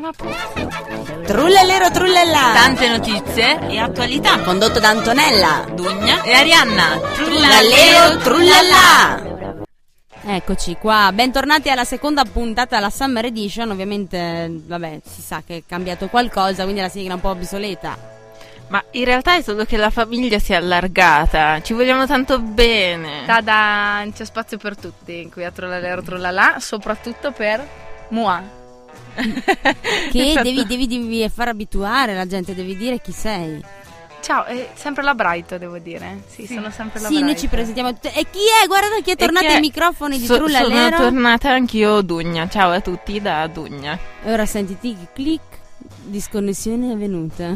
Ma poi- Trullallero Ah. trullallà. Tante notizie, E attualità. Condotto da Antonella. Dugna e Arianna. Trullallero trullallà. Eccoci qua, bentornati alla seconda puntata della Summer Edition, ovviamente vabbè si sa che è cambiato qualcosa, quindi la sigla è un po' obsoleta. Ma in realtà è solo che la famiglia si è allargata, ci vogliamo tanto bene. Tada, c'è spazio per tutti qui a Trollalero Trollala, soprattutto per Mua. Che Esatto. devi, devi, devi far abituare la gente, devi dire chi sei. Ciao, è sempre la Brighto, devo dire. Sì, sono sempre la Sì, noi Brighto. ci presentiamo tutte. E chi è? Guarda chi è tornato E che- ai microfoni di so- Trullallero. Sono tornata anch'io Dugna, ciao a tutti da Dugna. e ora senti tic clic, disconnessione è venuta.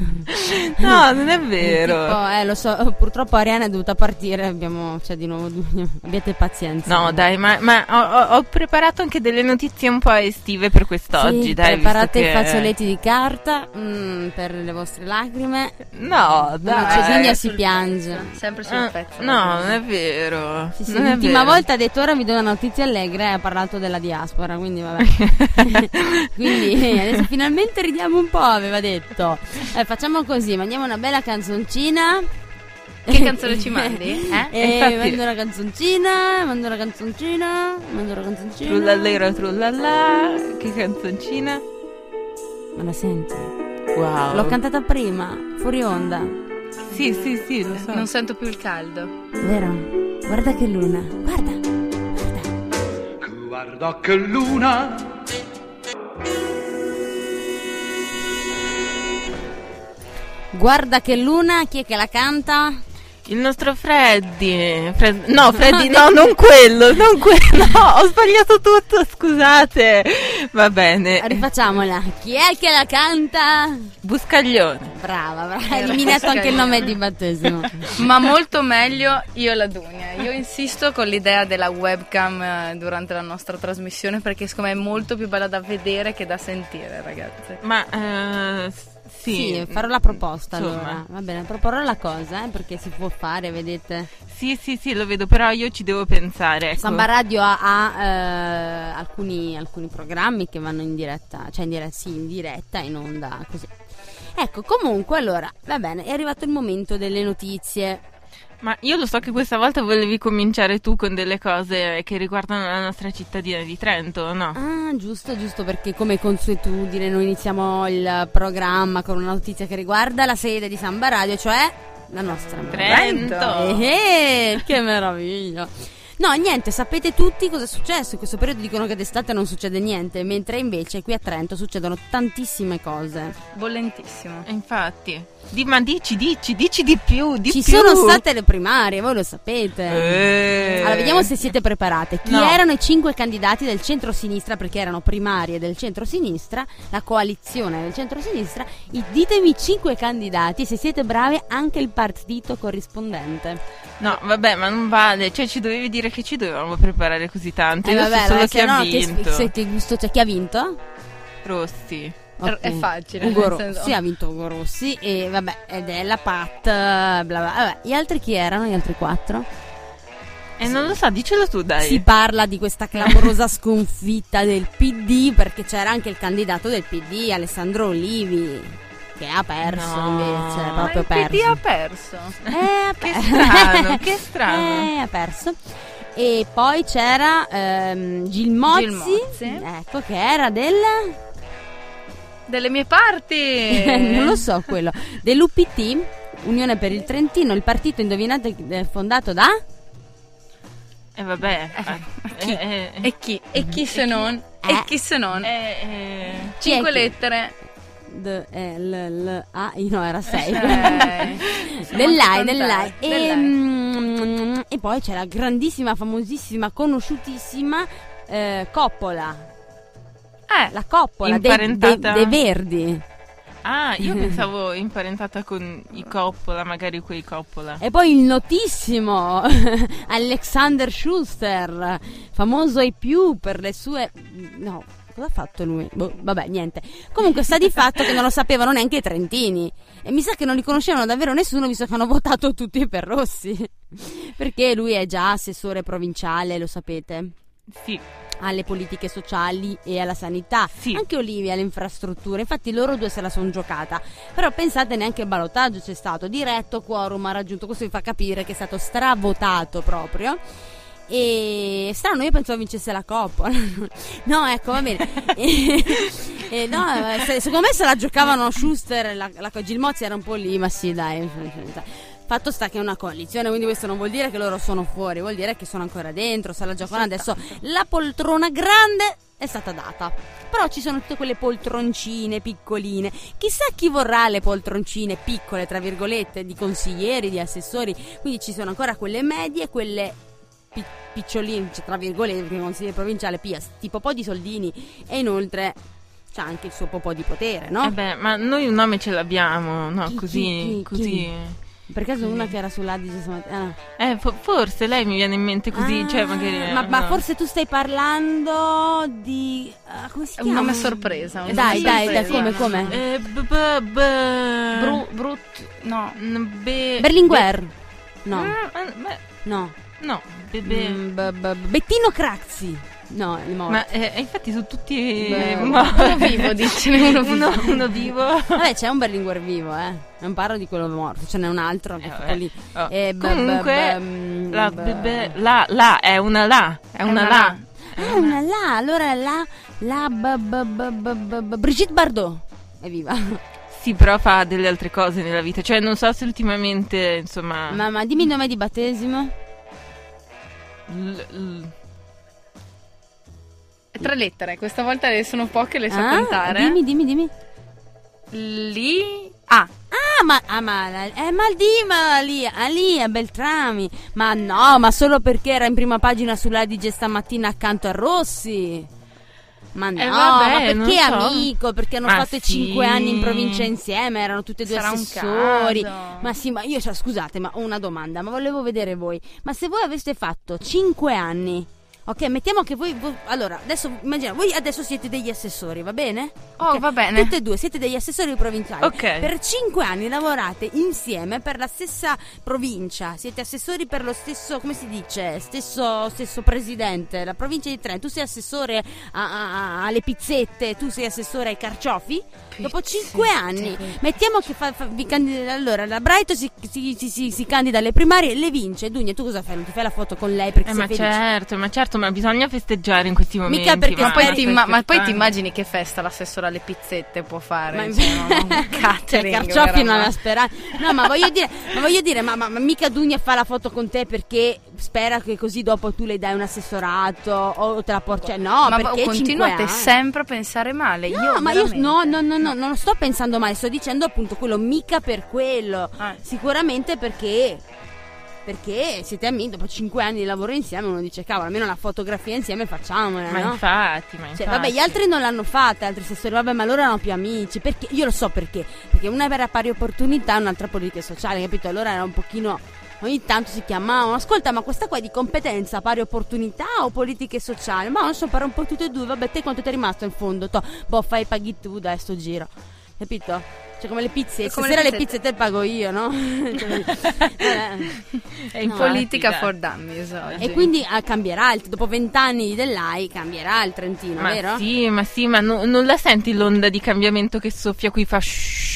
No, non è vero. Tipo, eh, lo so, purtroppo Ariana è dovuta partire, abbiamo, cioè di nuovo, abbiate pazienza. No, dai, ma, ma ho, ho- ho preparato anche delle notizie un po' estive per quest'oggi. Sì, dai, visto preparate che- i fazzoletti di carta mm, per le vostre lacrime. No, Dai, dai. Cecilia si eh, sul piange. pezzo, Sempre sul Ah, pezzo. No, non è vero. Sì, sì, non è l'ultima vero. volta ha detto ora vi do una notizia allegra e ha parlato della diaspora, quindi vabbè. quindi eh, adesso finalmente ridiamo un po', aveva detto. Eh, facciamo così, mandiamo una bella canzoncina. Che canzone ci mandi? Eh? Eh, infatti- mando una canzoncina, mando una canzoncina, mando una canzoncina. Trullallero, trullallà. Che canzoncina. Ma la senti? Wow. L'ho cantata prima, fuori onda, Sì, sì, sì, lo so. Non sento più il caldo. vero? Guarda che luna, guarda. Guarda che luna Guarda che luna, chi è che la canta? Il nostro Freddy. Fred- No, Freddy, no, non quello, non quello. No, ho sbagliato tutto, scusate. Va Eh. bene. Rifacciamola. Chi è che la canta? Buscaglione. Brava, brava. Hai Era eliminato Foscari. anche il nome di battesimo. Ma molto meglio io e la Dugna. Io insisto con l'idea della webcam eh, durante la nostra trasmissione perché secondo me è molto più bella da vedere che da sentire, ragazze. Ma eh, s- sì. Sì, farò la proposta Insomma. allora. Va bene, proporrò la cosa, eh, perché si può fare, vedete. Sì, sì, sì, lo vedo, però io ci devo pensare. Ecco. Samba Radio ha, ha, eh, alcuni, alcuni programmi che vanno in diretta, cioè in diretta, sì, in diretta, in onda, così. Ecco, comunque, allora, va bene, è arrivato il momento delle notizie. Ma io lo so che questa volta volevi cominciare tu con delle cose che riguardano la nostra cittadina di Trento, no? Ah, giusto, giusto, perché come consuetudine noi iniziamo il programma con una notizia che riguarda la sede di Samba Radio, cioè la nostra Trento! Eh, eh, che meraviglia! No, niente, sapete tutti cosa è successo. In questo periodo dicono che d'estate non succede niente, mentre invece qui a Trento succedono tantissime cose. Bollentissimo. Eh, Infatti. Di- ma dici, dici, dici di più, di Ci più. sono state le primarie, voi lo sapete. Eh. Allora, vediamo se siete preparate. Chi No. erano i cinque candidati del centro-sinistra? Perché erano primarie del centro-sinistra, la coalizione del centro-sinistra. I- ditemi cinque candidati, se siete brave, anche il partito corrispondente. No, vabbè, ma non vale. Cioè, ci dovevi dire che ci dovevamo preparare così tanto. Eh, Io vabbè, so solo ma chi se ha no, che, vinto. se- che gusto c'è? Chi ha vinto? Rossi. Ok. È facile. Ugo nel senso- Rossi ha vinto Ugo Rossi e vabbè ed è la Pat bla bla. Vabbè, gli altri chi erano gli altri quattro? E Eh, non lo so, dicelo tu, dai. Si parla di questa clamorosa sconfitta del PD perché c'era anche il candidato del PD Alessandro Olivi che ha perso No. invece, Ma proprio il PD ha perso. perso. Eh, ha Che per- strano, che strano. Eh, ha perso. E poi c'era ehm, Gilmozzi, Gil Mozzi. ecco che era del Delle mie parti. non lo so quello dell'UPT Unione per il Trentino il partito indovinate eh, fondato da E Eh, vabbè. chi? Eh, eh, E chi? E chi se E chi? non? Eh. E chi se non? eh, eh. Chi è Cinque chi? lettere. D, E, L, L, A I, no era 6 Eh, dell'AI non so dell'AI contare. e, Dell'AI. mm, e poi c'è la grandissima famosissima conosciutissima eh, Coppola Eh, la Coppola dei, dei, Imparentata? dei Verdi Ah, io pensavo imparentata con i Coppola, magari quei Coppola. e poi il notissimo Alexander Schuster famoso ai più per le sue no cosa ha fatto lui boh, vabbè niente comunque sta di fatto che non lo sapevano neanche i trentini e mi sa che non li conoscevano davvero nessuno visto che hanno votato tutti per Rossi perché lui è già assessore provinciale lo sapete Sì, alle politiche sociali e alla sanità, Sì. anche Olivia alle infrastrutture, infatti loro due se la sono giocata, però pensate neanche il ballottaggio c'è stato, diretto quorum ha raggiunto, questo vi fa capire che è stato stravotato proprio. E strano, io pensavo vincesse la coppa. No, ecco, va bene. E- e Eh, no, se- secondo me se la giocavano Schuster e la, la Gilmozzi era un po' lì, ma sì, dai. Fatto sta che è una coalizione, quindi questo non vuol dire che loro sono fuori, vuol dire che sono ancora dentro, se la giocano adesso. La poltrona grande è stata data. Però ci sono tutte quelle poltroncine piccoline. Chissà chi vorrà le poltroncine piccole, tra virgolette, di consiglieri, di assessori. Quindi ci sono ancora quelle medie, quelle pi- piccioline, cioè, tra virgolette, perché il consigliere provinciale pia tipo po' di soldini. E inoltre c'ha anche il suo po' po' di potere, no? Eh beh, ma noi un nome ce l'abbiamo, no? Chi, così, chi, chi, così. chi? per caso sì. una che era sull'Adige stamattina. ah. Eh, fo- forse lei mi viene in mente così, Ah, cioè magari. Ma, ma no. forse tu stai parlando di. ah, come si È chiama? un nome sorpresa. un Dai, nome dai, dai, sorpresa. come, come? Eh, b- b- b- Bru, brut, no. n- Eh, be- Berlinguer. No, Ah, eh, beh, no. no, be- be- Mm, b- b- b- Bettino Craxi. No, è morto. Ma eh, eh, infatti sono tutti. Beh, ma- uno vivo, dicene, uno vivo. uno, uno vivo. Vabbè, c'è un Berlinguer vivo, eh. Non parlo di quello morto, ce n'è un altro. che Eh, fa vabbè. quelli- Oh, eh, b- Comunque, b- mm, la, b- be- la, la, è una la, è una una la. Ah, una là, allora la. La. b- b- b- b- b- b- Brigitte Bardot. È viva. Sì, però fa delle altre cose nella vita. Cioè, non so se ultimamente, insomma. Ma, ma dimmi il nome di battesimo. l- l- Tre lettere, questa volta ne sono poche, le so Ah, contare. Dimmi, dimmi, dimmi. Li... Ah, Ah, ma, ah, ma, la- eh, ma di, ma lì, ah, lì, a Beltrami. Ma no, ma solo perché era in prima pagina sull'Adige stamattina accanto a Rossi. Ma Eh, no, vabbè, ma non perché so. amico? Perché hanno Ma fatto i sì. cinque anni in provincia insieme, erano tutti e due Sarà un assessori. caso. Ma sì, ma io, cioè, scusate, ma ho una domanda, ma volevo vedere voi. Ma se voi aveste fatto cinque anni, ok, mettiamo che voi, voi- allora, adesso, immagina, voi adesso siete degli assessori, va bene? Oh, Ok? va bene. Tutte e due, siete degli assessori provinciali. Ok. Per cinque anni lavorate insieme per la stessa provincia, siete assessori per lo stesso, come si dice, stesso, stesso presidente, la provincia di Trento. Tu sei assessore a- a- a- alle pizzette, tu sei assessore ai carciofi. Dopo cinque anni, mettiamo che fa- fa- vi candida- allora la Brighton si, si- si- si- si candida alle primarie, le vince. Dugna, tu cosa fai? Non ti fai la foto con lei perché Eh, sei ma felice? certo, ma certo, ma bisogna festeggiare in questi momenti. perché ma Ah, poi, no, ti, stai imma- ma poi ti scherzando. immagini che festa l'assessore alle pizzette può fare? Ma cioè, no, un cioè, catering, Carcioffi non veramente. ha sperato. No, ma voglio dire, ma, voglio dire ma, ma- ma mica Dugna fa la foto con te perché spera che così dopo tu le dai un assessorato o te la porti. Cioè, no, ma perché continuate cinque anni? sempre a pensare male. No, io ma io no, veramente. no, no, no, non lo sto pensando male, sto dicendo appunto quello mica per quello. Ah. Sicuramente perché perché siete amici, dopo cinque anni di lavoro insieme uno dice cavolo, almeno la fotografia insieme facciamola, Ma no? infatti, ma infatti. Cioè, vabbè, gli altri non l'hanno fatta, altri assessori, vabbè, ma loro erano più amici. Perché? Io lo so perché. Perché una era pari opportunità, un'altra politica sociale, capito? Allora era un pochino. Ogni tanto si chiamavano, ascolta, ma questa qua è di competenza, pari opportunità o politiche sociali? Ma non so, per un po' tutte e due, vabbè, te quanto ti è rimasto in fondo? Toh, boh, fai paghi tu dai sto giro, capito? Cioè, come le pizze, È come stasera le le pizze te le pago io, no? Cioè, eh. E infatti, Politica dai. for dummies oggi. e quindi ah, cambierà il, dopo vent'anni dell'AI cambierà il Trentino, Ma vero? sì, ma sì, ma no- non la senti l'onda di cambiamento che soffia qui fa shhh?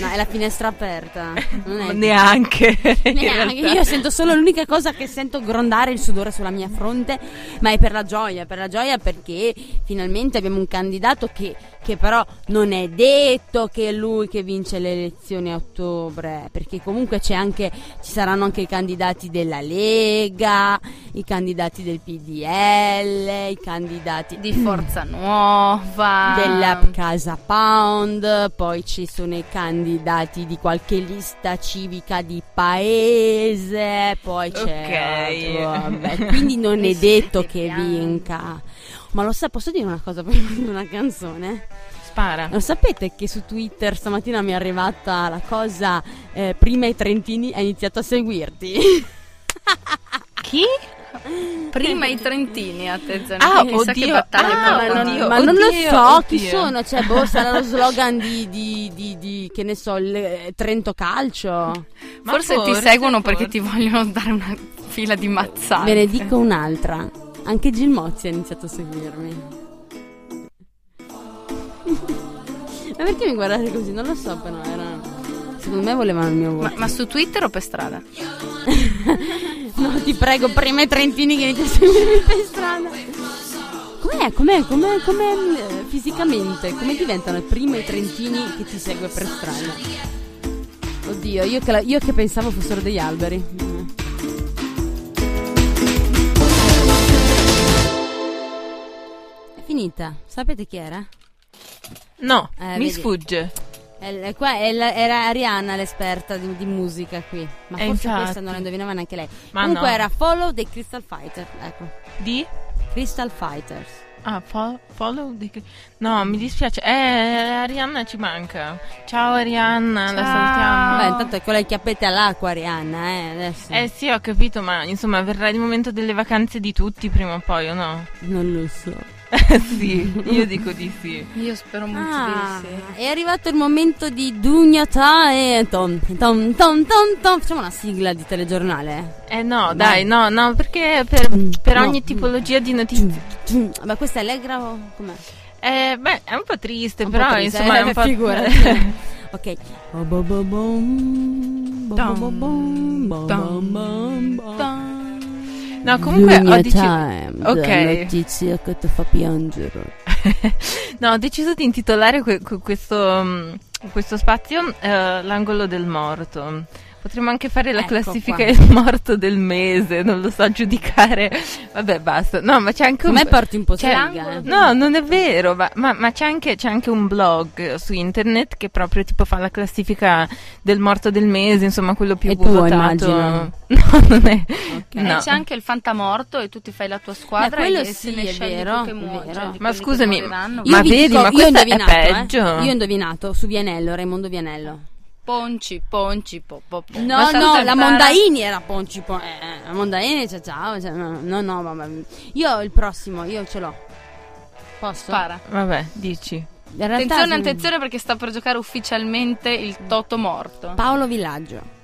No, è la finestra aperta. Non è Neanche. in Neanche, realtà. io sento solo l'unica cosa che sento grondare il sudore sulla mia fronte, ma è per la gioia, per la gioia perché finalmente abbiamo un candidato che, che però non è detto che è lui che vince le elezioni a ottobre, perché comunque c'è anche, ci saranno anche i candidati della Lega, i candidati del PDL, i candidati Di Forza Nuova. della Casa Pound, poi ci sono i candidati di qualche lista civica di paese, poi c'è... Ok. altro, vabbè. quindi non è Vestiti detto che bianchi. vinca. Ma lo sa, posso dire una cosa prima di una canzone? Spara. Lo sapete che su Twitter stamattina mi è arrivata la cosa eh, prima i Trentini ha iniziato a seguirti? Chi? Prima i Trentini, attenzione. Ah, chissà che oddio, battaglia ah, proprio. oddio. ma non lo so chi oddio. sono, cioè boh, sarà lo slogan di, di- di- di- che ne so, il eh, Trento Calcio. Ma Forse, ti seguono perché ti vogliono dare una fila di mazzate. Ve ne dico un'altra. Anche Gil Mozzi ha iniziato a seguirmi. Ma perché mi guardate così? Non lo so, però era. Secondo me volevano il mio voto. Ma, ma su Twitter o per strada? No, ti prego, prima i trentini che iniziano a seguirmi per strada. Com'è? Com'è? Com'è? Com'è eh, fisicamente? Come diventano prima i trentini che ti segue per strada? Oddio, io che, la- io che pensavo fossero degli alberi. È finita. Sapete chi era? No, Eh, mi vedi. sfugge. È- è qua- è la- era Arianna l'esperta di, di musica qui. Ma Eh, forse infatti. questa non la indovinava neanche lei. Ma Comunque no. era Follow dei Crystal Fighter. Ecco. Di? Crystal Fighters. Ah, fo- follow di... No, mi dispiace. Eh, Arianna ci manca. Ciao Arianna, la Ciao. salutiamo. Beh, intanto è con le chiappette all'acqua, Arianna, eh. Adesso. Eh sì, ho capito, ma insomma verrà il momento delle vacanze di tutti prima o poi, o no? Non lo so. Eh sì, io dico di sì. Io spero molto Ah, di sì. è arrivato il momento di Dugnata e Tom, Tom, Tom, Tom, Tom. Facciamo una sigla di telegiornale. Eh no, dai, no, no, perché per, per No. ogni tipologia di notizie... Ma questa è Allegra o com'è? Eh, beh, è un po' triste, Un po' però triste, insomma è eh, un po'... figurati. Ok. No, no, comunque ho, deci- ok. notizia che ti fa piangere. no, ho deciso di intitolare que- que- questo, mm, questo spazio eh, L'angolo del morto. Potremmo anche fare la Ecco classifica qua. del morto del mese, non lo so giudicare. Vabbè, basta. No, ma c'è anche un... Come porti un po' C'è sega, eh. Cioè, No, non è vero, ma, ma- ma c'è, anche, c'è anche un blog su internet che proprio tipo fa la classifica del morto del mese, insomma quello più È tuo, votato. immagino. No, non è. Ok. No. E Eh, c'è anche il fantamorto e tu ti fai la tua squadra Beh, quello e sì, se ne è scegli vero, tu che è muo- vero. cioè, Ma di quelli che scusami, moriranno. io- Ma vi vedi, ma io ho questo è indovinato, eh. peggio. Io ho indovinato su Vianello, Raimondo Vianello. Ponci, ponci, po, po, po. No, Basta no, la saltare- Mondaini era Ponci Pon- eh, La Mondaini, ciao ciao. cioè, no, no, no, mamma mia. Io il prossimo, io ce l'ho. Posso? Spara. Vabbè, dici. In realtà Attenzione, sono- attenzione perché sta per giocare ufficialmente il Toto morto. Paolo Villaggio.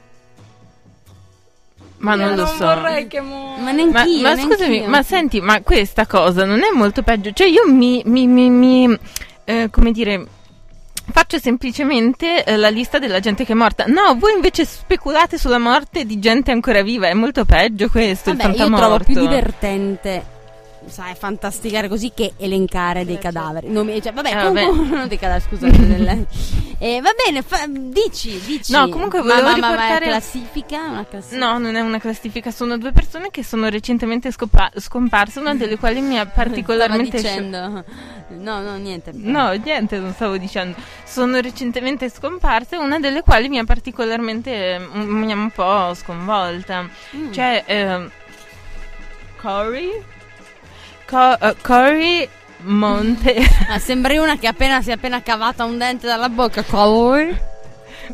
Ma Io non lo so. vorrei che muoia. Ma neanche Ma, io. ma neanch'io. scusami, ma senti, ma questa cosa non è molto peggio? Cioè io mi, mi- mi- mi, eh, come dire, faccio semplicemente eh, la lista della gente che è morta. No, voi invece speculate sulla morte di gente ancora viva, è molto peggio questo, Vabbè, il io fantamorto. trovo più divertente, sai, fantasticare così che elencare dei Certo. cadaveri. Nomi- cioè, vabbè, Eh, comunque vabbè. non dei cadaveri, scusate. delle- Eh, va bene, fa- dici, dici. No, comunque Ma- volevo ma, ma, Ma è riportare- classifica? Una classifica? No, non è una classifica, sono due persone che sono recentemente scopa- scomparse, una delle quali mi ha particolarmente... Stava dicendo. No, no, niente. No, niente, non stavo dicendo. Sono recentemente scomparse, una delle quali mi ha particolarmente eh, m- mi ha un po' sconvolta. Mm. Cioè ehm, Cory Co- eh, Cory Monte. Ah, sembri una che appena si è appena cavata un dente dalla bocca. Cori.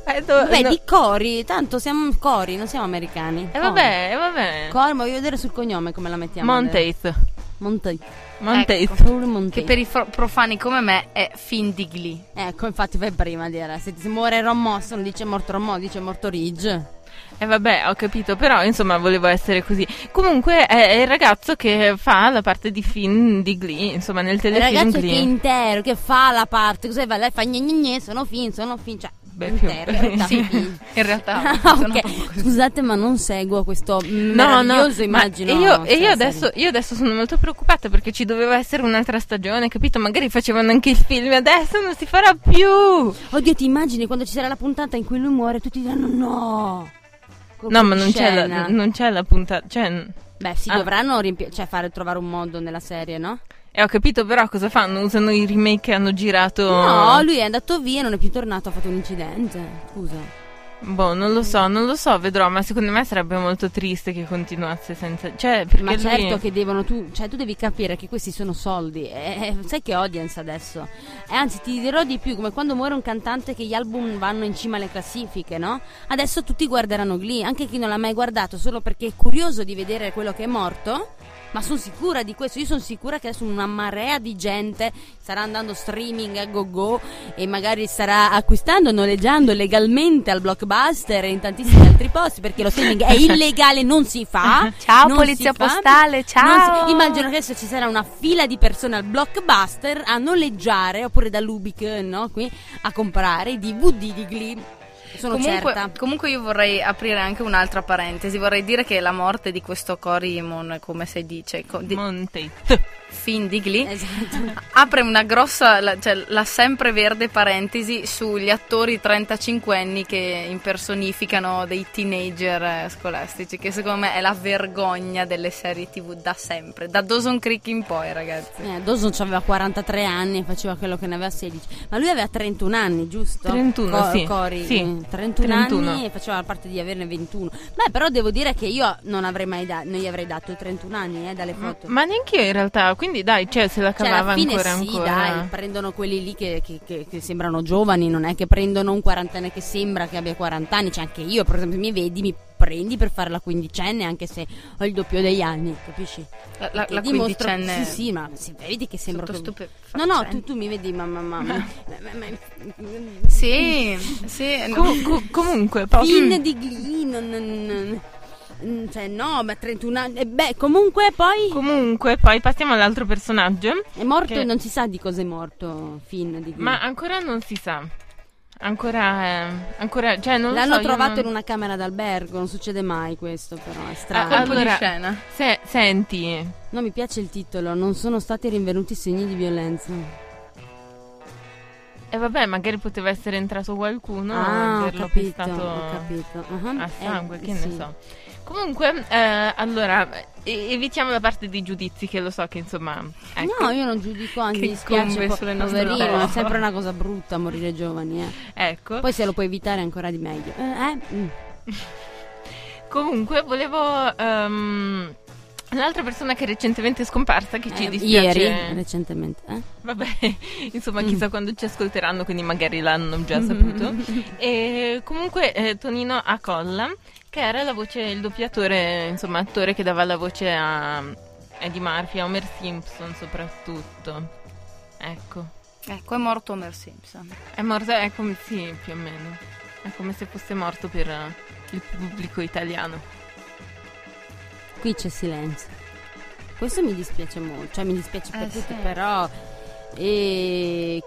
Eh, do- Vabbè, no. di Cori. Tanto siamo cori, non siamo americani. Eh, vabbè, eh, vabbè. Cori, ma voglio vedere sul cognome come la mettiamo. adesso. Monteith. Monte. Monteith. Paolo Monte. Che per i fro- profani come me è fin di Glee. Ecco, infatti fai prima a dire. Se ti muore Ron Moss, non dice morto Ron Moss, dice morto Ridge. Eh vabbè, ho capito, però insomma volevo essere così. Comunque è, è il ragazzo che fa la parte di Finn di Glee, insomma nel Il telefilm ragazzo che Glee. è intero, che fa la parte, cos'è? Va, lei fa gne gne gne, sono fin, sono fin, cioè, Beh, più- intero, in realtà sì. fin. In realtà Ah, sono ok. proprio così. Scusate, ma non seguo questo No, no, meraviglioso ma immagino. e io, e cioè, io adesso, serio. io adesso sono molto preoccupata perché ci doveva essere un'altra stagione, capito? Magari facevano anche il film, adesso non si farà più. Oddio, ti immagini quando ci sarà la puntata in cui lui muore, tutti diranno no. Colpo No, ma di non c'è, la, scena. non c'è la puntata. Cioè, n- Beh, sì, Ah. dovranno riempire, cioè fare trovare un modo nella serie, no? e ho capito però cosa fanno, usano i remake che hanno girato. No, lui è andato via, non è più tornato, ha fatto un incidente. Scusa. Boh, non lo so, non lo so, vedrò, ma secondo me sarebbe molto triste che continuasse senza... Cioè, perché Ma lui- certo che devono tu, cioè tu devi capire che questi sono soldi, eh, sai che audience adesso. E anzi ti dirò di più, come quando muore un cantante che gli album vanno in cima alle classifiche, no? Adesso tutti guarderanno Glee, anche chi non l'ha mai guardato solo perché è curioso di vedere quello che è morto, ma sono sicura di questo. Io sono sicura che adesso una marea di gente starà andando streaming a go go e magari starà acquistando, noleggiando legalmente al blockbuster e in tantissimi altri posti perché lo streaming è illegale, non si fa. Ciao, non polizia si fa. postale, ciao. Non si- immagino che adesso ci sarà una fila di persone al blockbuster a noleggiare oppure da Lubic, no? Qui a comprare i DVD di Glee. Sono certa. Comunque, comunque io vorrei aprire anche un'altra parentesi, vorrei dire che la morte di questo Corimon, come si dice, co- di- Monte. fin di Glee, Esatto. apre una grossa, la, cioè la sempreverde parentesi sugli attori 35enni che impersonificano dei teenager eh, scolastici, che secondo me è la vergogna delle serie tv da sempre, da Dawson Creek in poi ragazzi. Eh, Dawson aveva 43 anni e faceva quello che ne aveva 16. Ma lui aveva 31 anni, giusto? 31, sì. Cory, Sì, eh, 31, 31. anni e faceva parte di averne 21. Beh, però devo dire che io non avrei mai dato, non gli avrei dato 31 anni, eh, dalle foto. Ma neanche io in realtà, quindi dai, cioè se la cioè, cavava alla fine ancora sì, ancora. dai, prendono quelli lì che, che- che- che sembrano giovani, non è che prendono un quarantenne che sembra che abbia 40 anni, cioè anche io, per esempio, mi vedi, mi prendi per fare la quindicenne, anche se ho il doppio degli anni, capisci? La, la, Che la dimostra- quindicenne Sì, sì, ma se vedi che sembra sotto che- stupefazione. No, no, tu, tu mi vedi, mamma, mamma. Sì, sì. no. Com- co- comunque, poi- Fin Mm. di Glee, non, non- non- non- cioè no, ma 31 anni. E beh, comunque poi comunque, poi passiamo all'altro personaggio. è morto, che- non si sa di cosa è morto Finn di Glee. Ma ancora non si sa. Ancora, eh, ancora cioè non lo L'hanno so, io trovato non- in una camera d'albergo, non succede mai questo però, è strano. Colpo Ah, allora- di scena. Se- senti, No, mi piace il titolo, non sono stati rinvenuti segni di violenza. e vabbè, magari poteva essere entrato qualcuno ah, e ho averlo capito, pestato ho capito. Ah, a eh, sangue, che sì. ne so. Comunque, eh, allora, e- evitiamo la parte dei giudizi che lo so che insomma... ecco. No, io non giudico, anche Che mi dispiace, incombe po- sulle nostre poverino, teste. è sempre una cosa brutta morire giovani, eh. Ecco. Poi se lo puoi evitare ancora di meglio. Eh, eh, mm. Comunque, volevo. ehm, l'altra persona che è recentemente scomparsa, che ci Eh, dispiace. Ieri, recentemente. eh. Vabbè, insomma, Mm. chissà quando ci ascolteranno, quindi magari l'hanno già saputo. e comunque, eh, Tonino Acolla, che era la voce, il doppiatore, insomma, attore che dava la voce a Eddie Murphy, a Homer Simpson soprattutto. Ecco. Ecco, è morto Homer Simpson. È morto, è come, sì, più o meno. È come se fosse morto per eh, il pubblico italiano. Qui c'è silenzio. Questo mi dispiace molto, cioè mi dispiace per Eh, tutti, sì. però... E...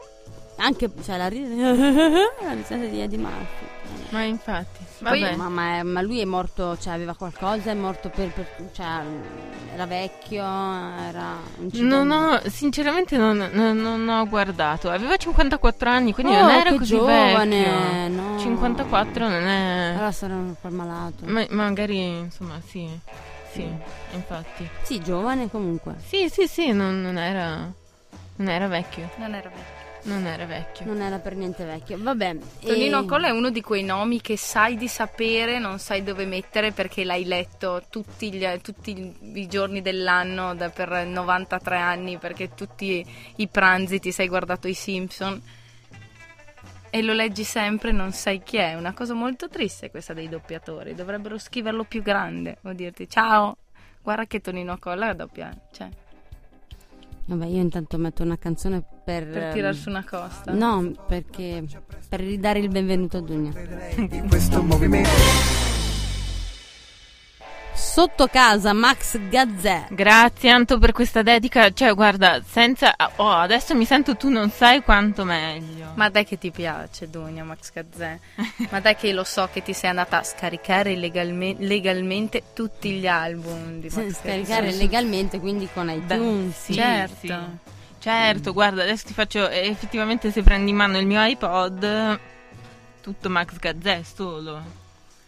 Anche, cioè, la, ri- la risata di Eddie Murphy. Ma infatti, Poi- vabbè. Ma, ma- ma lui è morto, cioè aveva qualcosa, è morto per... per- cioè, era vecchio, era... un cibo- Non eh. ho, sinceramente non, non- non ho guardato. Aveva 54 anni, quindi Oh, non era che così giovane, vecchio. no. 54 non è... Allora sarà un po' malato. Ma, magari, insomma, sì. Sì, Mm. infatti. Sì, giovane comunque. Sì, sì, sì, non, non era... Non era vecchio. Non era vero. Non era vecchio. Non era per niente vecchio. Vabbè. Tonino e- Colla è uno di quei nomi che sai di sapere, non sai dove mettere perché l'hai letto tutti, gli- tutti i giorni dell'anno da- per 93 anni, perché tutti i pranzi ti sei guardato i Simpson e lo leggi sempre, non sai chi è. È Una cosa molto triste questa dei doppiatori, dovrebbero scriverlo più grande o dirti ciao, guarda che Tonino Colla doppia, cioè, Vabbè, io intanto metto una canzone per... per ehm, tirar su una costa. No, perché... Per ridare il benvenuto a Dunia. di questo movimento. Sotto casa, Max Gazzè. Grazie Anto per questa dedica. Cioè, guarda, senza... Oh, adesso mi sento tu non sai quanto meglio. Ma dai che ti piace Dunia Max Gazzè, ma dai che lo so che ti sei andata a scaricare legalme- legalmente tutti gli album di Max Scaricare Gazzè. legalmente, quindi con Beh, iTunes. sì, certo. sì. Certo, guarda, adesso ti faccio eh, effettivamente se prendi in mano il mio iPod tutto Max Gazzè solo.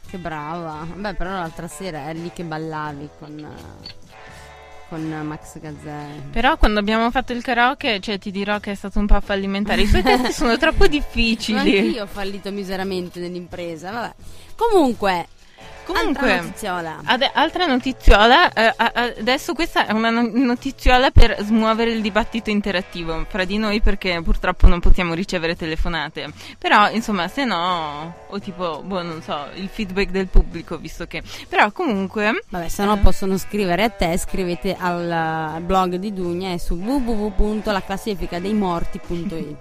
Che brava. Beh, però l'altra sera eri lì che ballavi con... eh, Con eh, Max Gazzè. Però quando abbiamo fatto il karaoke, cioè ti dirò che è stato un po' fallimentare. I suoi testi sono troppo Ma difficili. Anch'io ho fallito miseramente nell'impresa, vabbè. Comunque, Comunque, Altra notiziola. Ade- altra notiziola, eh, a- a- adesso questa è una no- notiziola per smuovere il dibattito interattivo fra di noi perché purtroppo non possiamo ricevere telefonate, però insomma se no, o tipo, boh non so, il feedback del pubblico visto che, però comunque... Vabbè, se no possono scrivere a te, scrivete al eh, blog di Dugna e su www.laclassificadeimorti.it. Quindi,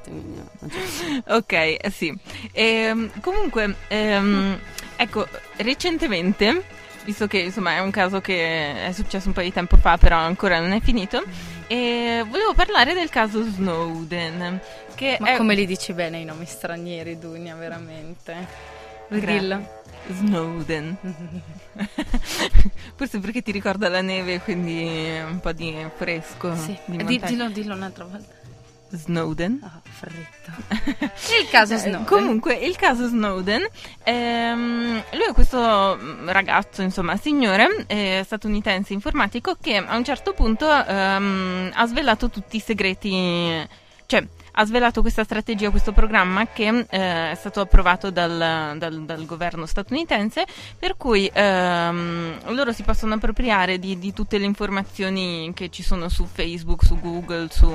non c'è- Ok, eh, sì. Ehm, comunque, ehm, ecco, recentemente, visto che insomma è un caso che è successo un po' di tempo fa, però ancora non è finito, eh, volevo parlare del caso Snowden. Che Ma è come li dici bene i nomi stranieri, Dunia, veramente. Vuoi Gra- Dillo. Snowden. Forse perché ti ricorda la neve, quindi è un po' di fresco. Sì. Oh, di Eh, Di- montagna. dillo, dillo un'altra volta. Snowden. Ah, fretta. E il caso Eh, Snowden. Comunque, il caso Snowden, ehm, lui è questo mm, ragazzo, insomma, signore eh, statunitense informatico che a un certo punto ehm, ha svelato tutti i segreti, cioè ha svelato questa strategia, questo programma che eh, è stato approvato dal, dal- dal governo statunitense, per cui ehm, loro si possono appropriare di, di tutte le informazioni che ci sono su Facebook, su Google, su,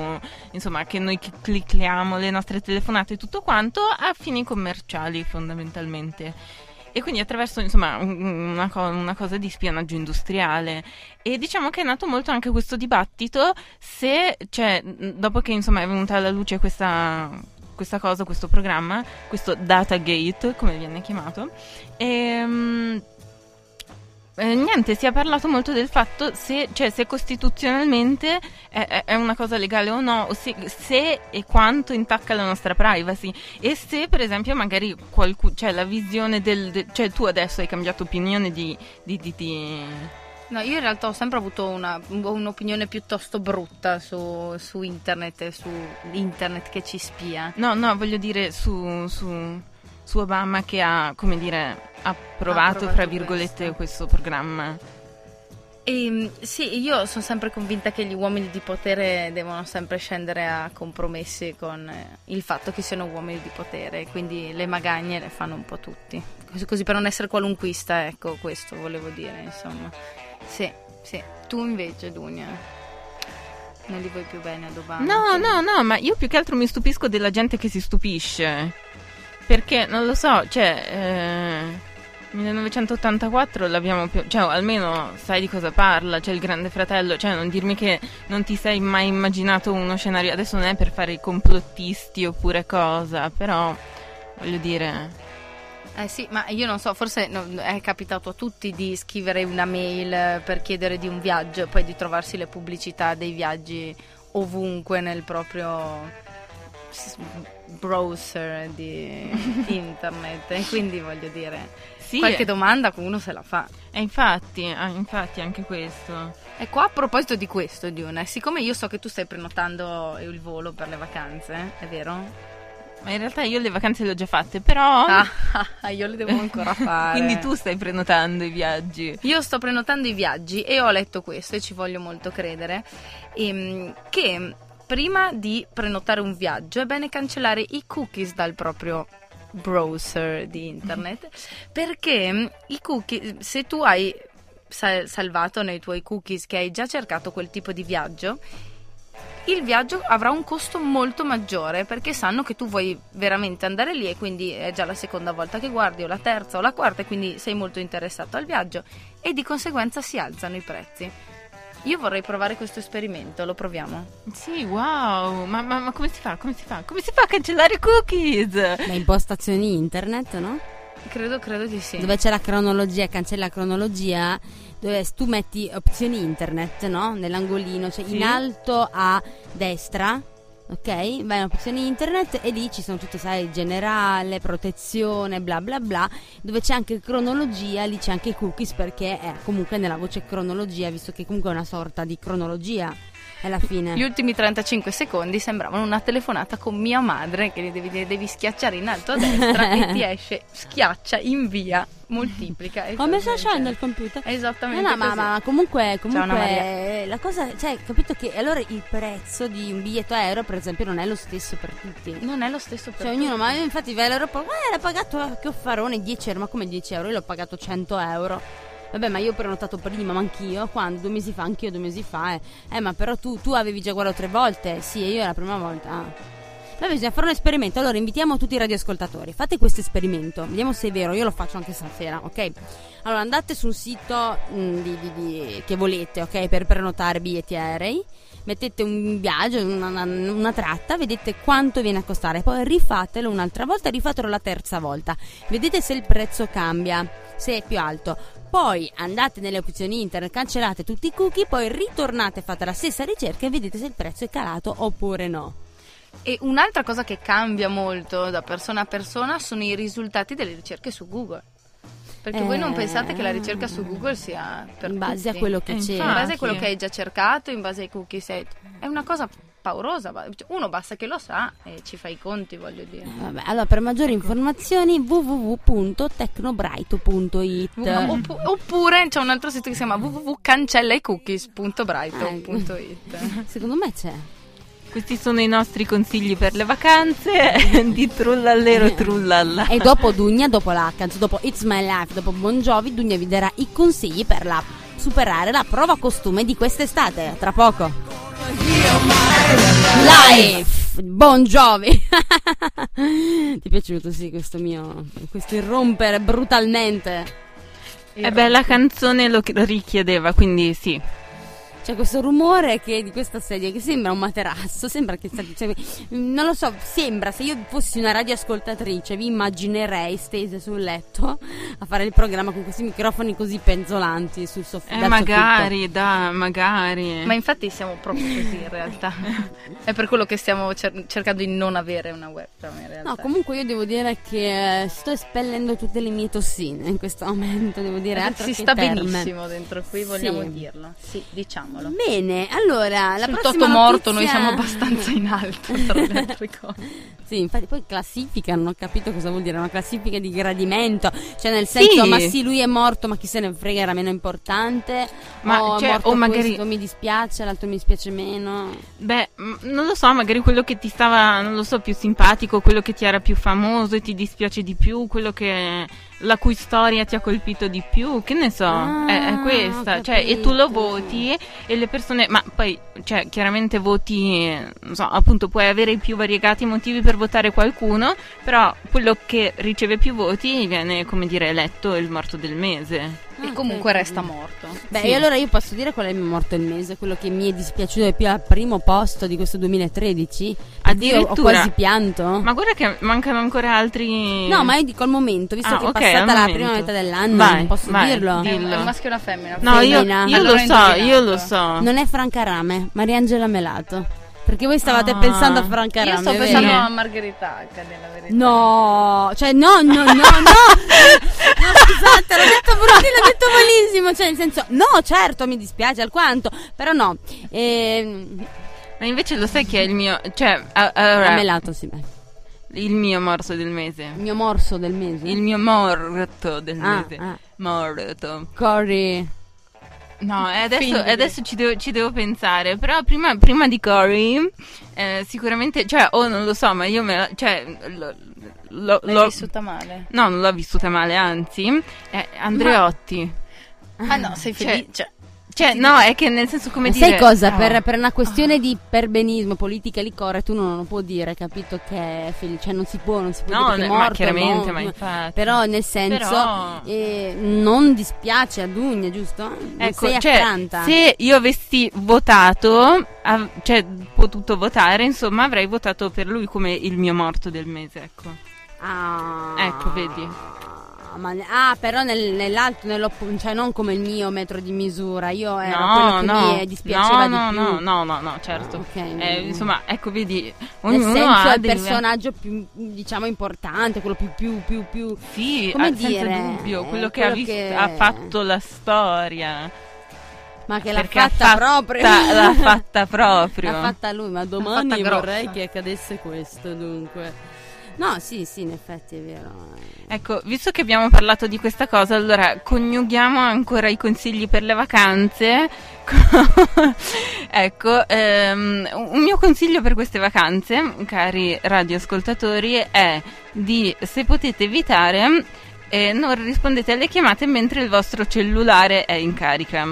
insomma, che noi chi- clicchiamo le nostre telefonate e tutto quanto a fini commerciali fondamentalmente. E quindi attraverso insomma, un- una, co- una cosa di spionaggio industriale. E diciamo che è nato molto anche questo dibattito se, cioè, mh, dopo che insomma, è venuta alla luce questa, questa cosa, questo programma, questo Datagate, come viene chiamato, ehm, eh, niente, si è parlato molto del fatto se, cioè, se costituzionalmente è, è- è una cosa legale o no, o se, se e quanto intacca la nostra privacy e se per esempio magari qualcuno, cioè la visione del, de- cioè tu adesso hai cambiato opinione di... di, di, di- No, io in realtà ho sempre avuto una- un'opinione piuttosto brutta su, su internet e su internet che ci spia. No, no, voglio dire su, su, su Obama che ha, come dire, approvato, Approvato fra virgolette, questo programma. E, Ehm, sì, io sono sempre convinta che gli uomini di potere devono sempre scendere a compromessi con eh, il fatto che siano uomini di potere, quindi le magagne le fanno un po' tutti. Cos- Così per non essere qualunquista, ecco, questo volevo dire, insomma. Sì, sì. Tu invece, Dunia, non li vuoi più bene ad Obama? No, no, no, ma io più che altro mi stupisco della gente che si stupisce. Perché non lo so, cioè. eh, 1984 l'abbiamo più. cioè, almeno sai di cosa parla, c'è il Grande Fratello, cioè, non dirmi che non ti sei mai immaginato uno scenario. Adesso non è per fare i complottisti oppure cosa, però. voglio dire. Eh sì, ma io non so, forse no- è capitato a tutti di scrivere una mail eh, per chiedere di un viaggio e poi di trovarsi le pubblicità dei viaggi ovunque nel proprio s- browser di internet. E quindi voglio dire, Sì, qualche domanda uno se la fa. e infatti, ah, infatti anche questo. E qua a proposito di questo, Dione, siccome io so che tu stai prenotando il volo per le vacanze, è vero? Ma in realtà io le vacanze le ho già fatte, però. Ah, io le devo ancora fare. Quindi tu stai prenotando i viaggi. Io sto prenotando i viaggi e ho letto questo e ci voglio molto credere, ehm, che prima di prenotare un viaggio è bene cancellare i cookies dal proprio browser di internet perché mm, i cookies, se tu hai sa- salvato nei tuoi cookies che hai già cercato quel tipo di viaggio, il viaggio avrà un costo molto maggiore perché sanno che tu vuoi veramente andare lì e quindi è già la seconda volta che guardi o la terza o la quarta e quindi sei molto interessato al viaggio e di conseguenza si alzano i prezzi. Io vorrei provare questo esperimento, lo proviamo. Sì, wow, ma, ma- ma come si fa? Come si fa? Come si fa a cancellare i cookies? Le impostazioni internet, no? Credo, credo di sì. Dove c'è la cronologia, cancella la cronologia, dove tu metti opzioni internet, no? Nell'angolino, cioè Sì. in alto a destra, ok? Vai in opzioni internet e lì ci sono tutte, sai, generale, protezione, bla bla bla, dove c'è anche cronologia, lì c'è anche i cookies perché è comunque nella voce cronologia, visto che comunque è una sorta di cronologia. è la fine. Gli ultimi 35 secondi sembravano una telefonata con mia madre che gli devi dire devi schiacciare in alto a destra e ti esce schiaccia, invia, moltiplica. e Ho messo a cose scendere del il genere. computer. cioè. Esattamente No, no, ma, così. ma- ma comunque, Ciao, Anna Maria. comunque eh, la cosa, cioè, capito che allora il prezzo di un biglietto aereo, per esempio, non è lo stesso per tutti. Non è lo stesso per Cioè, tutti. ognuno, ma io infatti vai all'aeroporto, eh, l'ha pagato che offarone 10 euro, ma come 10 euro? Io l'ho pagato 100 euro. Vabbè, ma io ho prenotato prima, ma anch'io, quando? Due mesi fa, anch'io due mesi fa. Eh, Eh, ma però tu, tu avevi già guardato tre volte? Sì, e io è la prima volta. Ah. Beh, bisogna fare un esperimento. Allora, invitiamo tutti i radioascoltatori. Fate questo esperimento. Vediamo se è vero. Io lo faccio anche stasera, ok? Allora, andate su un sito mh, di- di- di- che volete, ok? Per prenotare biglietti aerei. Mettete un viaggio, una, una- una tratta, vedete quanto viene a costare. Poi rifatelo un'altra volta, rifatelo la terza volta. Vedete se il prezzo cambia, se è più alto. Poi andate nelle opzioni internet, cancellate tutti i cookie, poi ritornate, fate la stessa ricerca e vedete se il prezzo è calato oppure no. E un'altra cosa che cambia molto da persona a persona sono i risultati delle ricerche su Google. Perché voi non Eh. pensate che la ricerca su Google sia per in base a tutti. quello che Eh, c'è. in infatti. base a quello che hai già cercato, in base ai cookie set. È una cosa paurosa. ma- cioè, Uno basta che lo sa e ci fa i conti, voglio dire. Vabbè, allora, per maggiori Ecco. informazioni www.tecnobrighto.it Oppu- oppure c'è un altro sito che si chiama www.cancellaicookies.brighton.it Secondo me c'è. Questi sono i nostri consigli per le vacanze di trullallero trullalla. E dopo Dugna, dopo la canzone, dopo It's My Life, dopo Bon Jovi, Dugna vi darà i consigli per la- superare la prova costume di quest'estate. Tra poco. Life! Bon Jovi! Ti è piaciuto, sì, questo mio. questo irrompere brutalmente. E Eh beh, la canzone lo lo richiedeva, quindi sì. Eh, C'è questo rumore che- di questa sedia che sembra un materasso, sembra che sta cioè, non lo so, sembra se io fossi una radioascoltatrice vi immaginerei stese sul letto a fare il programma con questi microfoni così penzolanti sul soff- Eh, dal soffitto. magari, da, magari. Eh. Ma infatti siamo proprio così in realtà. È per quello che stiamo cer- cercando di non avere una webcam in realtà. No, comunque io devo dire che eh, sto espellendo tutte le mie tossine in questo momento, devo dire Ragazzi, altro Eh, si che sta terme. benissimo dentro qui, Sì. vogliamo dirlo. Sì, diciamolo. Bene, allora, la Sul prossima Toto morto noi notizia- siamo abbastanza in alto tra le altre cose. Sì, infatti poi classifica, non ho capito cosa vuol dire, una classifica di gradimento, cioè nel senso Sì. ma sì lui è morto ma chi se ne frega era meno importante, Ma, o, è cioè, morto o magari- questo, mi dispiace, l'altro mi dispiace meno, Beh, mh, non lo so, magari quello che ti stava, non lo so, più simpatico, quello che ti era più famoso e ti dispiace di più, quello che la cui storia ti ha colpito di più, che ne so, Ah, è, è ho questa, cioè, e tu lo capito. voti e le persone, ma poi, cioè, chiaramente voti, eh, non so, appunto puoi avere i più variegati motivi per votare qualcuno, però quello che riceve più voti viene, come dire, eletto il morto del mese. Ah, e comunque ok. resta morto. Beh, Sì. e allora io posso dire qual è il mio morto del mese, quello che mi è dispiaciuto di più al primo posto di questo 2013, Perché io ho Addirittura. quasi pianto. Ma guarda che mancano ancora altri... No, ma io dico al momento, visto Ah, che ok, è al passata la momento. prima metà dell'anno, Vai, posso vai, dirlo? È un- è Dillo. un maschio e una femmina. No, io, Femmina. io Allora lo ho so, io indovinato. lo so. Non è Franca Rame, Mariangela Melato, perché voi stavate Ah. pensando a Franca Rame. Io sto vero? pensando vero. a Margherita H nella verità. No, cioè no, no, no, no. no scusate, l'ho detto brutti, l'ho detto malissimo. Cioè, nel senso, no, certo, mi dispiace alquanto, però no. Ehm, Ma invece lo sai che è il mio, cioè, a- allora, Melato, sì, beh. il mio morso del Il mese. mio morso del mese. Il mio morto del Ah, mese. ah, Morto. Cory. No, e adesso, Quindi- e adesso ci, devo, ci devo pensare. Però prima, prima di Cory, eh, sicuramente, cioè, oh, non lo so, ma io me la, cioè, lo- lo- L'hai l'ho- vissuta male. No, non l'ho vissuta male, anzi, è Andreotti. Ah no, sei Cioè- felice. Cioè, Cioè, no, è che nel senso come Ma dire... sai cosa? Ah. Per, per una questione di perbenismo, politica lì corre, tu non lo può dire, capito che è felice, cioè non si può, non si può No, dire che è ne- ma morto, chiaramente, no. ma infatti. Però nel senso Però- eh, non dispiace a Dugna, giusto? Non Ecco, sei cioè, affranta. se io avessi votato, av- cioè potuto votare, insomma, avrei votato per lui come il mio morto del mese, ecco. Ah. Ecco, vedi. Ma, ah, però nel- nell'alto, nell'oppo- cioè non come il mio metro di misura, io Eh, era quello No, che no, mi dispiaceva no, di no, più. no, no, no, no, certo. Ah, ok. Eh, insomma, ecco, vedi, Nel ognuno senso ha è il dei- personaggio più, diciamo, importante, quello più, più, più, più... Sì, come ah, dire, eh, senza dubbio, quello, che, quello ha, vis- che- ha fatto la storia. Ma che l'ha Perché ha fatta, proprio. L'ha fatta proprio. L'ha fatta lui, ma fatta domani grossa. vorrei che accadesse questo, dunque. No, sì, sì, in effetti è vero. Ecco, visto che abbiamo parlato di questa cosa, allora coniughiamo ancora i consigli per le vacanze. con- ecco, ehm, un mio consiglio per queste vacanze, cari radioascoltatori, è di, se potete evitare, eh, non rispondete alle chiamate mentre il vostro cellulare è in carica.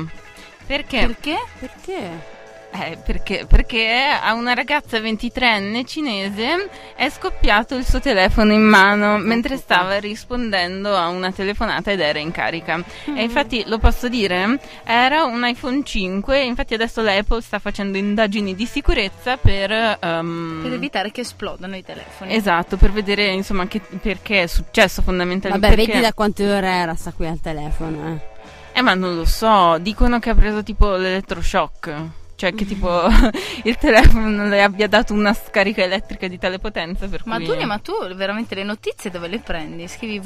Perché? Perché? Perché? Eh, perché, perché a una ragazza 23enne cinese è scoppiato il suo telefono in mano mentre stava rispondendo a una telefonata ed era in carica. E infatti lo posso dire, era un iPhone 5 e infatti adesso l'Apple sta facendo indagini di sicurezza per... ehm, Per evitare che esplodano i telefoni. Esatto, per vedere insomma che- perché è successo fondamentalmente. Vabbè, perché- vedi da quante ore era sta qui al telefono, eh. Eh, ma non lo so, dicono che ha preso tipo l'elettroshock. Cioè che tipo il telefono le abbia dato una scarica elettrica di tale potenza per Ma cui... tu, ma tu veramente le notizie dove le prendi? Scrivi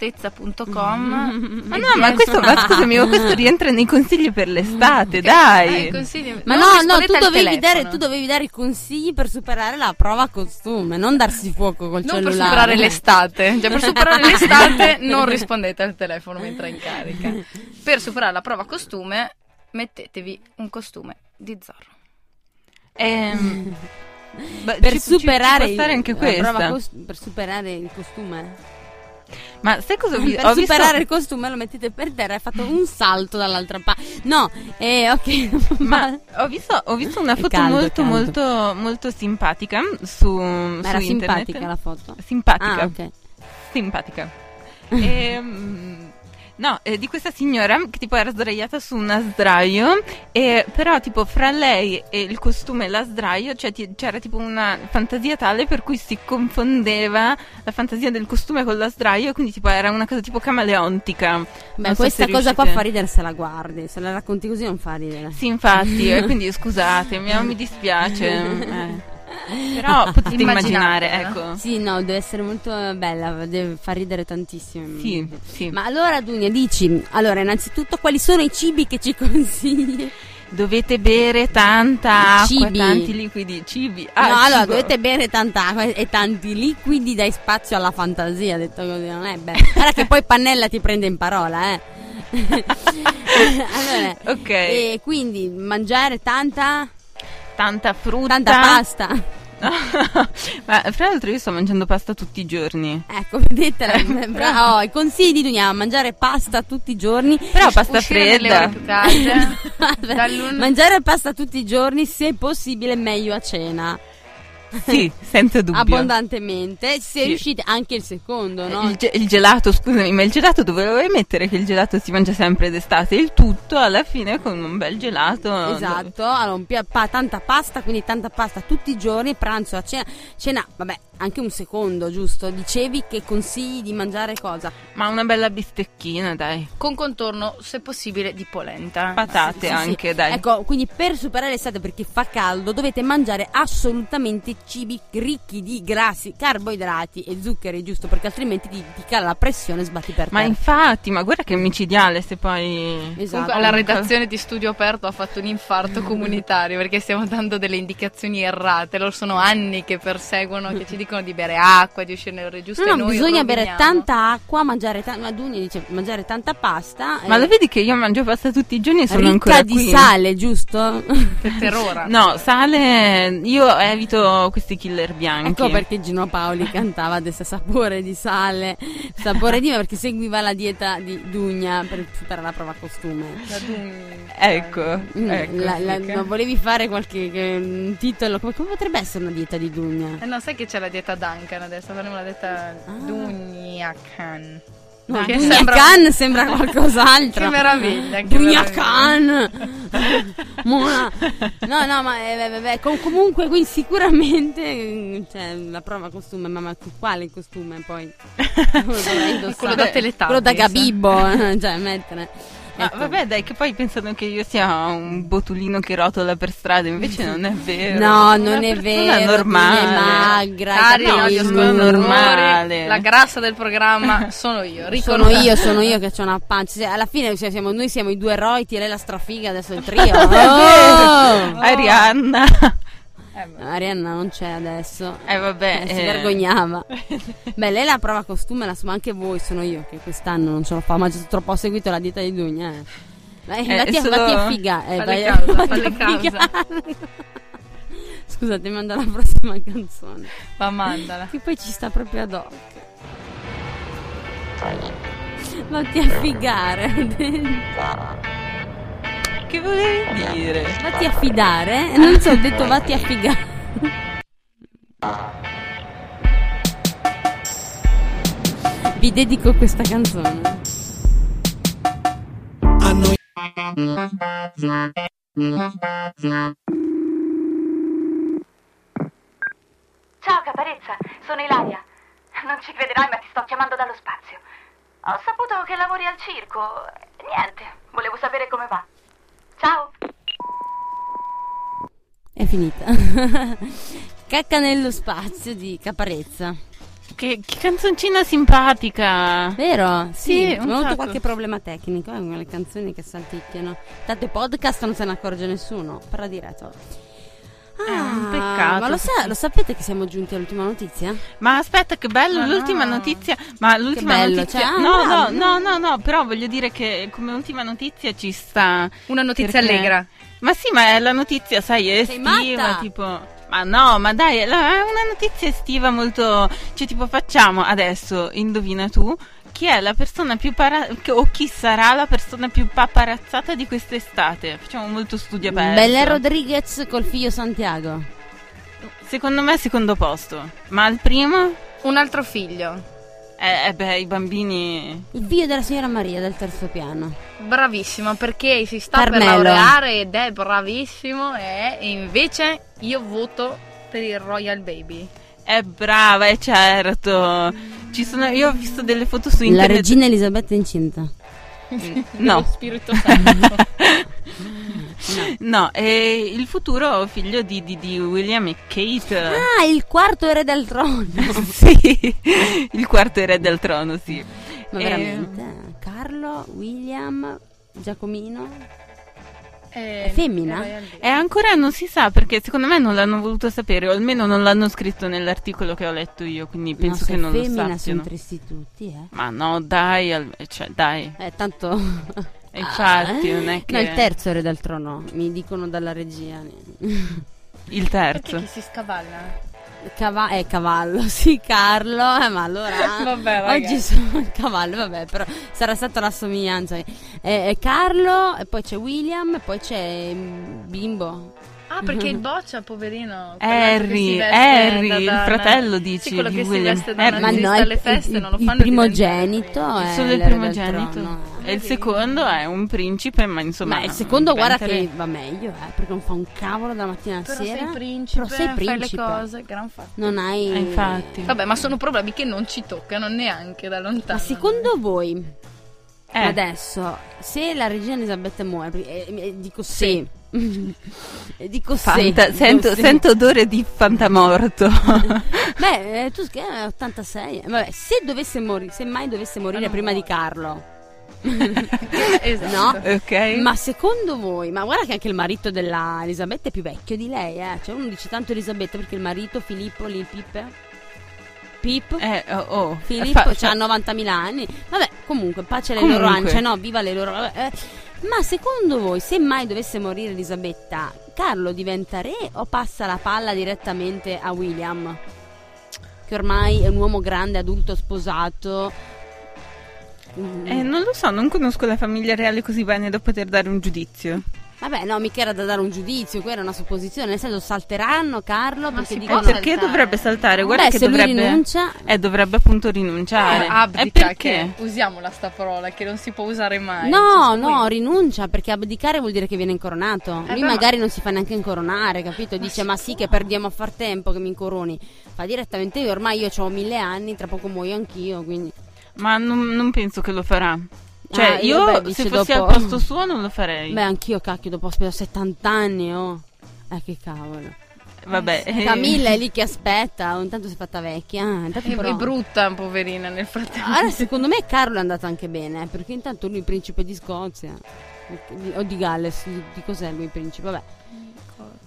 www.tristezza.com. Ma no, ma questo, ma scusami, ma questo rientra nei consigli per l'estate, dai! Eh, consigli- Ma non no, no, rispondete tu al dovevi, telefono. dare, tu dovevi dare i consigli per superare la prova costume, non darsi fuoco col Non per cellulare. superare l'estate, cioè per superare l'estate non rispondete al telefono mentre è in carica. Per superare la prova costume, mettetevi un costume di Zorro. Ehm, beh, Per ci- ci- ci superare può stare anche la prova questa. cos- per superare il costume. Ma sai cosa vi- Per ho visto? superare il costume lo mettete per terra e fate un salto dall'altra parte. No, eh, ok. Ma ho visto, ho visto una È foto caldo, è molto, caldo. molto, molto simpatica su, Ma su era internet. simpatica la foto. Simpatica. Ah, ok. simpatica. Ehm, no, eh, di questa signora che tipo era sdraiata su una sdraio, e, però tipo fra lei e il costume e la sdraio cioè, ti- c'era tipo una fantasia tale per cui si confondeva la fantasia del costume con la sdraio, quindi tipo era una cosa tipo camaleontica. Beh, Non so questa se cosa qua riuscite. fa ridere se la guardi, se la racconti così non fa ridere. Sì, infatti, e quindi scusatemi, eh, mi dispiace. eh. Però potete immaginare, Immaginatela. ecco. Sì, no, deve essere molto eh, bella, deve far ridere tantissimo. Sì, sì. Ma allora Dunia, dici, allora innanzitutto quali sono i cibi che ci consigli? Dovete bere tanta acqua, Cibi. tanti liquidi, cibi. no, Ah, allora cibo. dovete bere tanta acqua e tanti liquidi, dai spazio alla fantasia, detto così, non è bello. Guarda che poi Pannella ti prende in parola, eh. allora, Ok. e quindi mangiare tanta, Tanta frutta. tanta pasta. Ma fra l'altro io sto mangiando pasta tutti i giorni. Ecco, vedete, la- bra- oh, i consigli di Dunia, mangiare pasta tutti i giorni. Però pasta Uscire nelle ore fredda. più calde. dall'un- Mangiare pasta tutti i giorni, se possibile, meglio a cena. Sì, senza dubbio. Abbondantemente, se Sì. Eh, riuscite anche il secondo, no? Il, ge- il gelato, scusami, ma il gelato dove dovevo mettere che il gelato si mangia sempre d'estate? Il tutto alla fine con un bel gelato. Esatto, allora un pia- pa- tanta pasta, quindi tanta pasta tutti i giorni, pranzo a cena, cena, vabbè, anche un secondo, giusto? Dicevi che consigli di mangiare cosa? Ma una bella bistecchina, dai. con contorno, se possibile, di polenta. Patate Sì, sì, anche, sì. dai. Ecco, quindi per superare l'estate perché fa caldo, dovete mangiare assolutamente cibi ricchi di grassi, carboidrati e zuccheri, giusto? Perché altrimenti ti, ti cala la pressione e sbatti per Ma terra. infatti, ma guarda che è micidiale se poi... Esatto. Comunque alla redazione di Studio Aperto ha fatto un infarto comunitario perché stiamo dando delle indicazioni errate. Loro sono anni che perseguono, che ci dicono di bere acqua, di uscire nelle ore giuste. No, e no, noi bisogna bere roviniamo. tanta acqua, mangiare tanta. Ma Dunia dice mangiare tanta pasta. Ma eh, lo vedi che io mangio pasta tutti i giorni e sono ancora ricca di qui? sale, giusto? per, per ora. No, sale... Io evito questi killer bianchi. Ecco perché Gino Paoli cantava adesso sapore di sale, sapore di me, perché seguiva la dieta di Dugna per superare la prova costume. La dun- Ecco, Mm, ecco. la- la- fica. no, volevi fare qualche che- un titolo? Come, come potrebbe essere una dieta di Dugna? Eh no, sai che c'è la dieta Duncan adesso, faremo la dieta Dunyakan. Ah. No, Ah, Che Dugna sembra- Khan sembra qualcos'altro. Che meraviglia, che Dugna meraviglia. Khan! Mona. No, no, ma eh, beh, beh, beh, com- comunque, quindi sicuramente eh, cioè, la prova costume, ma, ma quale costume poi? Dovrei indossare. Quello da Teletubbies. Quello da Gabibbo, eh, cioè mettere. Ma Ecco. Ah, vabbè, dai, che poi pensano che io sia un botulino che rotola per strada, invece non è vero. No, Sono non una è persona vero. normale. non È magra. i Cari capelli mm, radio sono lunghi. normale. la grassa del programma sono io. Sono riconosco. io, sono io che ho una pancia. Cioè, alla fine cioè, siamo- noi siamo i due roiti, lei è la strafiga, adesso il trio. Oh! Arianna. Eh, Arianna non c'è adesso. Eh vabbè. Eh, si eh. vergognava. Beh, lei la prova costume, la so, ma anche voi, sono io che quest'anno non ce l'ho fa, ma già troppo ho seguito la dieta di Dugna. Eh. Vai, Eh, vatti, a- solo- vatti a figa. Eh, Falle vai, causa, vatti a falle causa. figare. Scusate, manda la prossima canzone. Ma mandala. Che poi ci sta proprio ad hoc. Vatti a figare. eh, Che volevi dire? vatti a fidare. eh? Non so, ho detto vatti a figare. Vi dedico questa canzone. Ciao caparezza, sono Ilaria. Non ci crederai ma ti sto chiamando dallo spazio. Ho saputo che lavori al circo. Niente, volevo sapere come va. Ciao. È finita. Cacca nello spazio di Caparezza. Che, che canzoncina simpatica. Vero? Sì, Ho un avuto sacco. qualche problema tecnico eh, con le canzoni che salticchiano. Tanto i podcast non se ne accorge nessuno. Parla diretto. Ah, un peccato. Ma lo, sa- lo sapete che siamo giunti all'ultima notizia? Ma aspetta, che bello, Ma l'ultima no. notizia. Ma l'ultima bello, notizia. cioè, ah, no, no, bravo. no, no, no, però voglio dire che come ultima notizia ci sta. Una notizia Perché? allegra. Ma sì, ma è la notizia, sai, è Sei estiva, matta? tipo. Ma no, ma dai, è la- è una notizia estiva molto. Cioè, tipo, facciamo adesso, indovina tu, chi è la persona più para- che- o chi sarà la persona più paparazzata di quest'estate? Facciamo molto studio aperto. Belen Rodriguez col figlio Santiago. Secondo me secondo posto. Ma al primo? Un altro figlio. Eh, eh, beh, i bambini. Il figlio della signora Maria del terzo piano. Bravissimo perché si sta per Carmelo. laureare ed è bravissimo e e invece io voto per il Royal Baby. È brava, è certo. Ci sono, io ho visto delle foto su La internet. regina Elisabetta è incinta. No. Lo Spirito Santo. No, è il futuro figlio di, di- di William e Kate. Ah, il quarto re del Eh. trono. sì, il quarto re del trono, sì. Ma Eh, veramente? Carlo, William, Giacomino. Eh, È femmina? il Royal Baby. E ancora non si sa perché secondo me non l'hanno voluto sapere, o almeno non l'hanno scritto nell'articolo che ho letto io, quindi penso no, che non se lo femmina sono sappiano. tristi tutti, eh. Ma no, dai, al- cioè, dai. Eh, tanto... Ah, eh? E infatti, non è No, che- il terzo re del trono, mi dicono dalla regia. Il Perché chi terzo. si scavalla? Cava- eh, cavallo, sì, Carlo. Eh, ma allora... Vabbè, ragazzi. Oggi sono il cavallo, vabbè, però sarà stata la somiglianza. Eh, eh, Carlo, e poi c'è William, e poi c'è mm, Bimbo. Ah, perché Mhm. il boccia, poverino. quell'altro che si Harry, veste Harry, da il donna. fratello dici Sì, quello di che si William. veste da Harry. Ma nazista no, alle il, feste il- non lo il fanno primogenito è Solo il re del primogenito. trono. E il secondo è un principe, ma insomma. Ma il secondo guarda diventa che va meglio, eh, perché non fa un cavolo dalla mattina alla Però sera. sei principe, però sei principe. fai le cose, gran fatto. Non hai... re. Eh, infatti. Vabbè, ma sono problemi che non ci toccano neanche da lontano. Ma secondo voi, Eh, adesso, se la regina Elisabetta muore, perché- eh, eh, dico se... dico fanta- se... sento, dico se. sento odore di fantamorto. Beh, eh, tu che eh, 86. eh, Vabbè, se dovesse morire, se mai dovesse Ah. morire prima di Carlo. Esatto. No. ok? Ma secondo voi, ma guarda che anche il marito della Elisabetta è più vecchio di lei, eh. Cioè uno dice tanto Elisabetta perché il marito Filippo lì Pippe Pip Eh, oh, oh. Filippo Fa- c'ha fa- 90.000 anni. Vabbè, comunque, pace alle Comunque. loro ance, no, viva le loro. eh. Ma secondo voi, se mai dovesse morire Elisabetta, Carlo diventa re o passa la palla direttamente a William? Che ormai è un uomo grande, adulto, sposato. Mm. Eh, non lo so, non conosco la famiglia reale così bene da poter dare un giudizio. Vabbè, no, mica era da dare un giudizio, quella era una supposizione. Nel senso, salteranno Carlo Ma perché si dicono. può Eh, perché saltare. dovrebbe saltare? Guarda Beh, che se lui dovrebbe. rinuncia- Eh, dovrebbe appunto rinunciare. Eh, abdica, Eh, perché? che usiamola sta parola che non si può usare mai. No, Cioè, no, lui- rinuncia perché abdicare vuol dire che viene incoronato. Eh, Lui beh, magari non si fa neanche incoronare, capito? Ma Dice, si ma sì, può." che perdiamo a far tempo che mi incoroni. Fa direttamente io, ormai io ho mille anni, tra poco muoio anch'io, quindi. Ma non, non penso che lo farà. Cioè, Ah, io beh, dici se fossi dopo- al posto suo non lo farei. Beh, anch'io, cacchio, dopo aspetta 70 anni, oh. Eh, che cavolo. Vabbè. eh, Camilla è lì che aspetta, oh, intanto si è fatta vecchia. ah, intanto È, però- è brutta, poverina, nel frattempo. Allora, secondo me Carlo è andato anche bene, eh, perché intanto lui è principe di Scozia. di- O di Galles, di, di cos'è lui principe? Vabbè.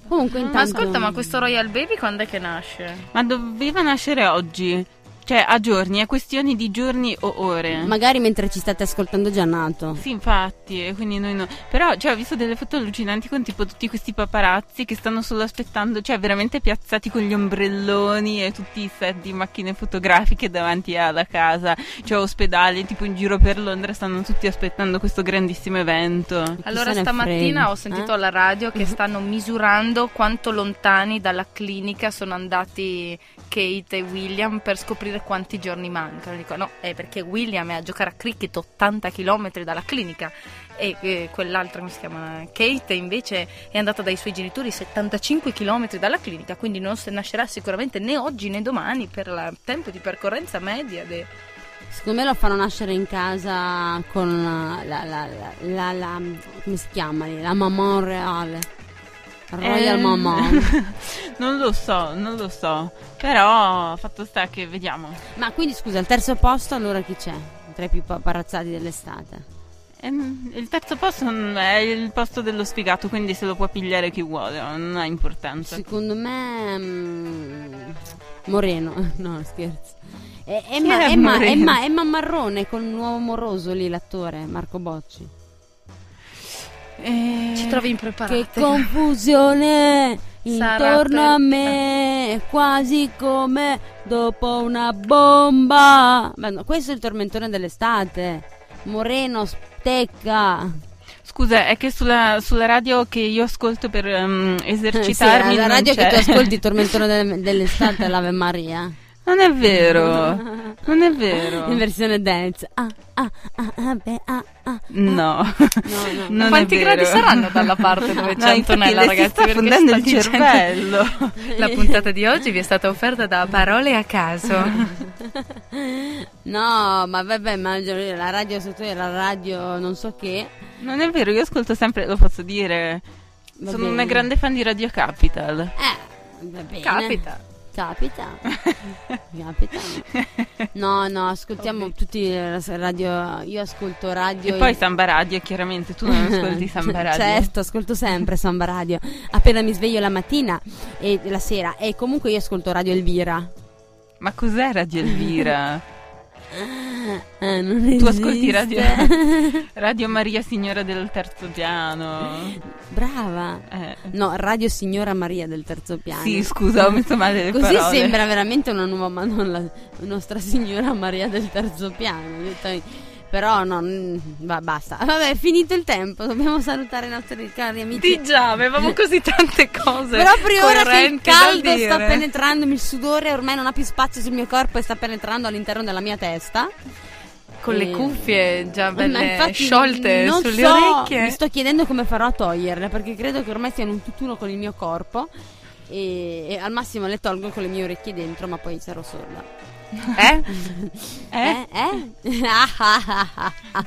Comunque Ma intanto... ascolta, ma questo Royal Baby quando è che nasce? Ma doveva nascere oggi. Cioè, a giorni, è questione di giorni o ore. Magari mentre ci state ascoltando già nato. Sì, infatti, e quindi noi no. Però, cioè, ho visto delle foto allucinanti con tipo tutti questi paparazzi che stanno solo aspettando, cioè, veramente piazzati con gli ombrelloni e tutti i set di macchine fotografiche davanti alla casa, cioè ospedali, tipo in giro per Londra stanno tutti aspettando questo grandissimo evento. Chi Allora, se ne stamattina frega, ho sentito eh? alla radio che stanno misurando quanto lontani dalla clinica sono andati Kate e William per scoprire quanti giorni mancano. Dico, no, è perché William è a giocare a cricket 80 km dalla clinica e eh, quell'altra, come si chiama Kate, invece è andata dai suoi genitori 75 km dalla clinica, quindi non se nascerà sicuramente né oggi né domani per il tempo di percorrenza media. de- Secondo me lo fanno nascere in casa con la, la, la, la, la- la- come si chiama lì? La maman reale. Royal Ehm, maman. non lo so, non lo so. Però, fatto sta che vediamo. Ma quindi scusa, al terzo posto allora chi c'è? Tra i più paparazzati dell'estate. Ehm, Il terzo posto mm, è il posto dello sfigato, quindi se lo può pigliare chi vuole, non ha importanza. Secondo me mm, Moreno, no scherzo. E- Chi Emma, è Emma, Moreno? Emma, Emma Marrone con un nuovo moroso lì, l'attore Marco Bocci. Eh, Ci trovi impreparati. Che confusione Sarà intorno a per- me, quasi come dopo una bomba. Ma no, questo è il tormentone dell'estate. Moreno stecca. Scusa, è che sulla, sulla radio che io ascolto per ehm, esercitarmi Sì, la non radio c'è. che tu ascolti, il tormentone de- dell'estate, è l'Ave Maria. Non è vero. Non è vero. In versione dance. Ah, ah, ah, ah, beh, ah, ah. No. No, no. Non è Quanti gradi vero. saranno dalla parte dove c'è No, infatti Antonella, le ragazzi? si sta Perché fondendo sta il dicendo- cervello. La puntata di oggi vi è stata offerta da Parole a caso. No, ma vabbè, ma la radio sotto è la radio non so che. Non è vero, io ascolto sempre, lo posso dire. Va Sono bene. una grande fan di Radio Capital. Eh, va bene. Capita. Capita. Capita. No, no, ascoltiamo tutti eh, radio. Io ascolto radio. E poi Samba Radio, chiaramente, tu non ascolti Samba Radio. Certo, ascolto sempre Samba Radio. Appena mi sveglio la mattina e la sera. E comunque io ascolto Radio Elvira. Ma cos'è Radio Elvira? Eh, non Tu ascolti radio, esiste. radio Maria Signora del Terzo Piano. Brava. Eh. No, Radio Signora Maria del terzo piano. Sì, scusa, ho messo male le Così parole. sembra veramente una nuova Madonna, Nostra Signora Maria del terzo piano. Detto- Però no, mm, va- basta. Vabbè, è finito il tempo, dobbiamo salutare i nostri cari amici. Di già, avevamo così tante cose. Proprio ora che il coerenti da caldo dire. sta penetrando, il sudore ormai non ha più spazio sul mio corpo e sta penetrando all'interno della mia testa. Con le Eh, cuffie già Ma belle infatti sciolte non sulle so, orecchie. Mi sto chiedendo come farò a toglierle perché credo che ormai siano un tutt'uno con il mio corpo. E, e al massimo le tolgo con le mie orecchie dentro, ma poi sarò sorda. Eh? Eh? Eh? ah, ah, ah, ah, ah.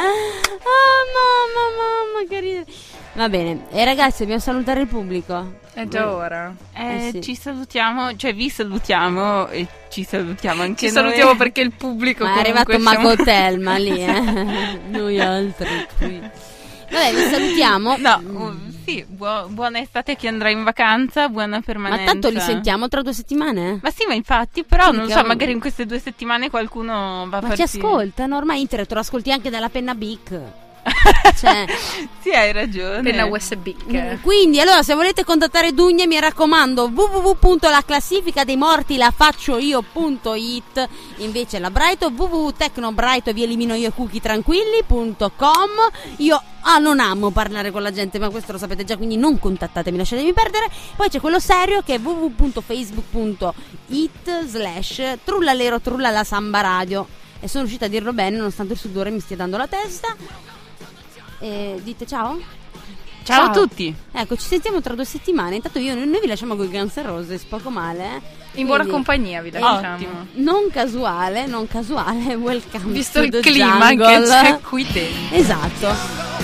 Ah, mamma, mamma, che ridere. Va bene, e ragazzi, dobbiamo salutare il pubblico. È già ora. Eh, Eh sì. Ci salutiamo, cioè vi salutiamo e ci salutiamo anche Ci noi. salutiamo perché il pubblico Ma è Ecco, comunque arrivato siamo- Mago Telma lì, eh. Noi altri qui. Vabbè, vi salutiamo. Mm. No, uh, sì, buo- buona estate a chi andrà in vacanza, buona Ma permanenza. tanto li sentiamo tra due settimane? eh? Ma sì, ma infatti, però non so, Minchia. magari in queste due settimane qualcuno va a Ma farsi... ci ascoltano, ormai internet lo ascolti anche dalla penna Bic. Cioè, Sì, hai ragione. Penna USB. che- Mm, quindi, allora, se volete contattare Dugna, mi raccomando, www.laclassifica dei morti la faccio io.it. Invece la Brighton, www.tecnobrighton, vi elimino io cookie tranquilli.com. Io ah, non amo parlare con la gente, ma questo lo sapete già, quindi non contattatemi, lasciatemi perdere. Poi c'è quello serio che è www.facebook.it slash trullalero trullala samba radio. E sono riuscita a dirlo bene, nonostante il sudore mi stia dando la testa. E dite ciao. Ciao, a Ciao. tutti. Ecco, ci sentiamo tra due settimane. Intanto io, noi vi lasciamo con i Guns N' Roses, poco male. In buona Quindi, compagnia vi lasciamo. Ottimo. Non casuale, non casuale, welcome. Visto to il the clima jungle. che c'è qui dentro. Esatto.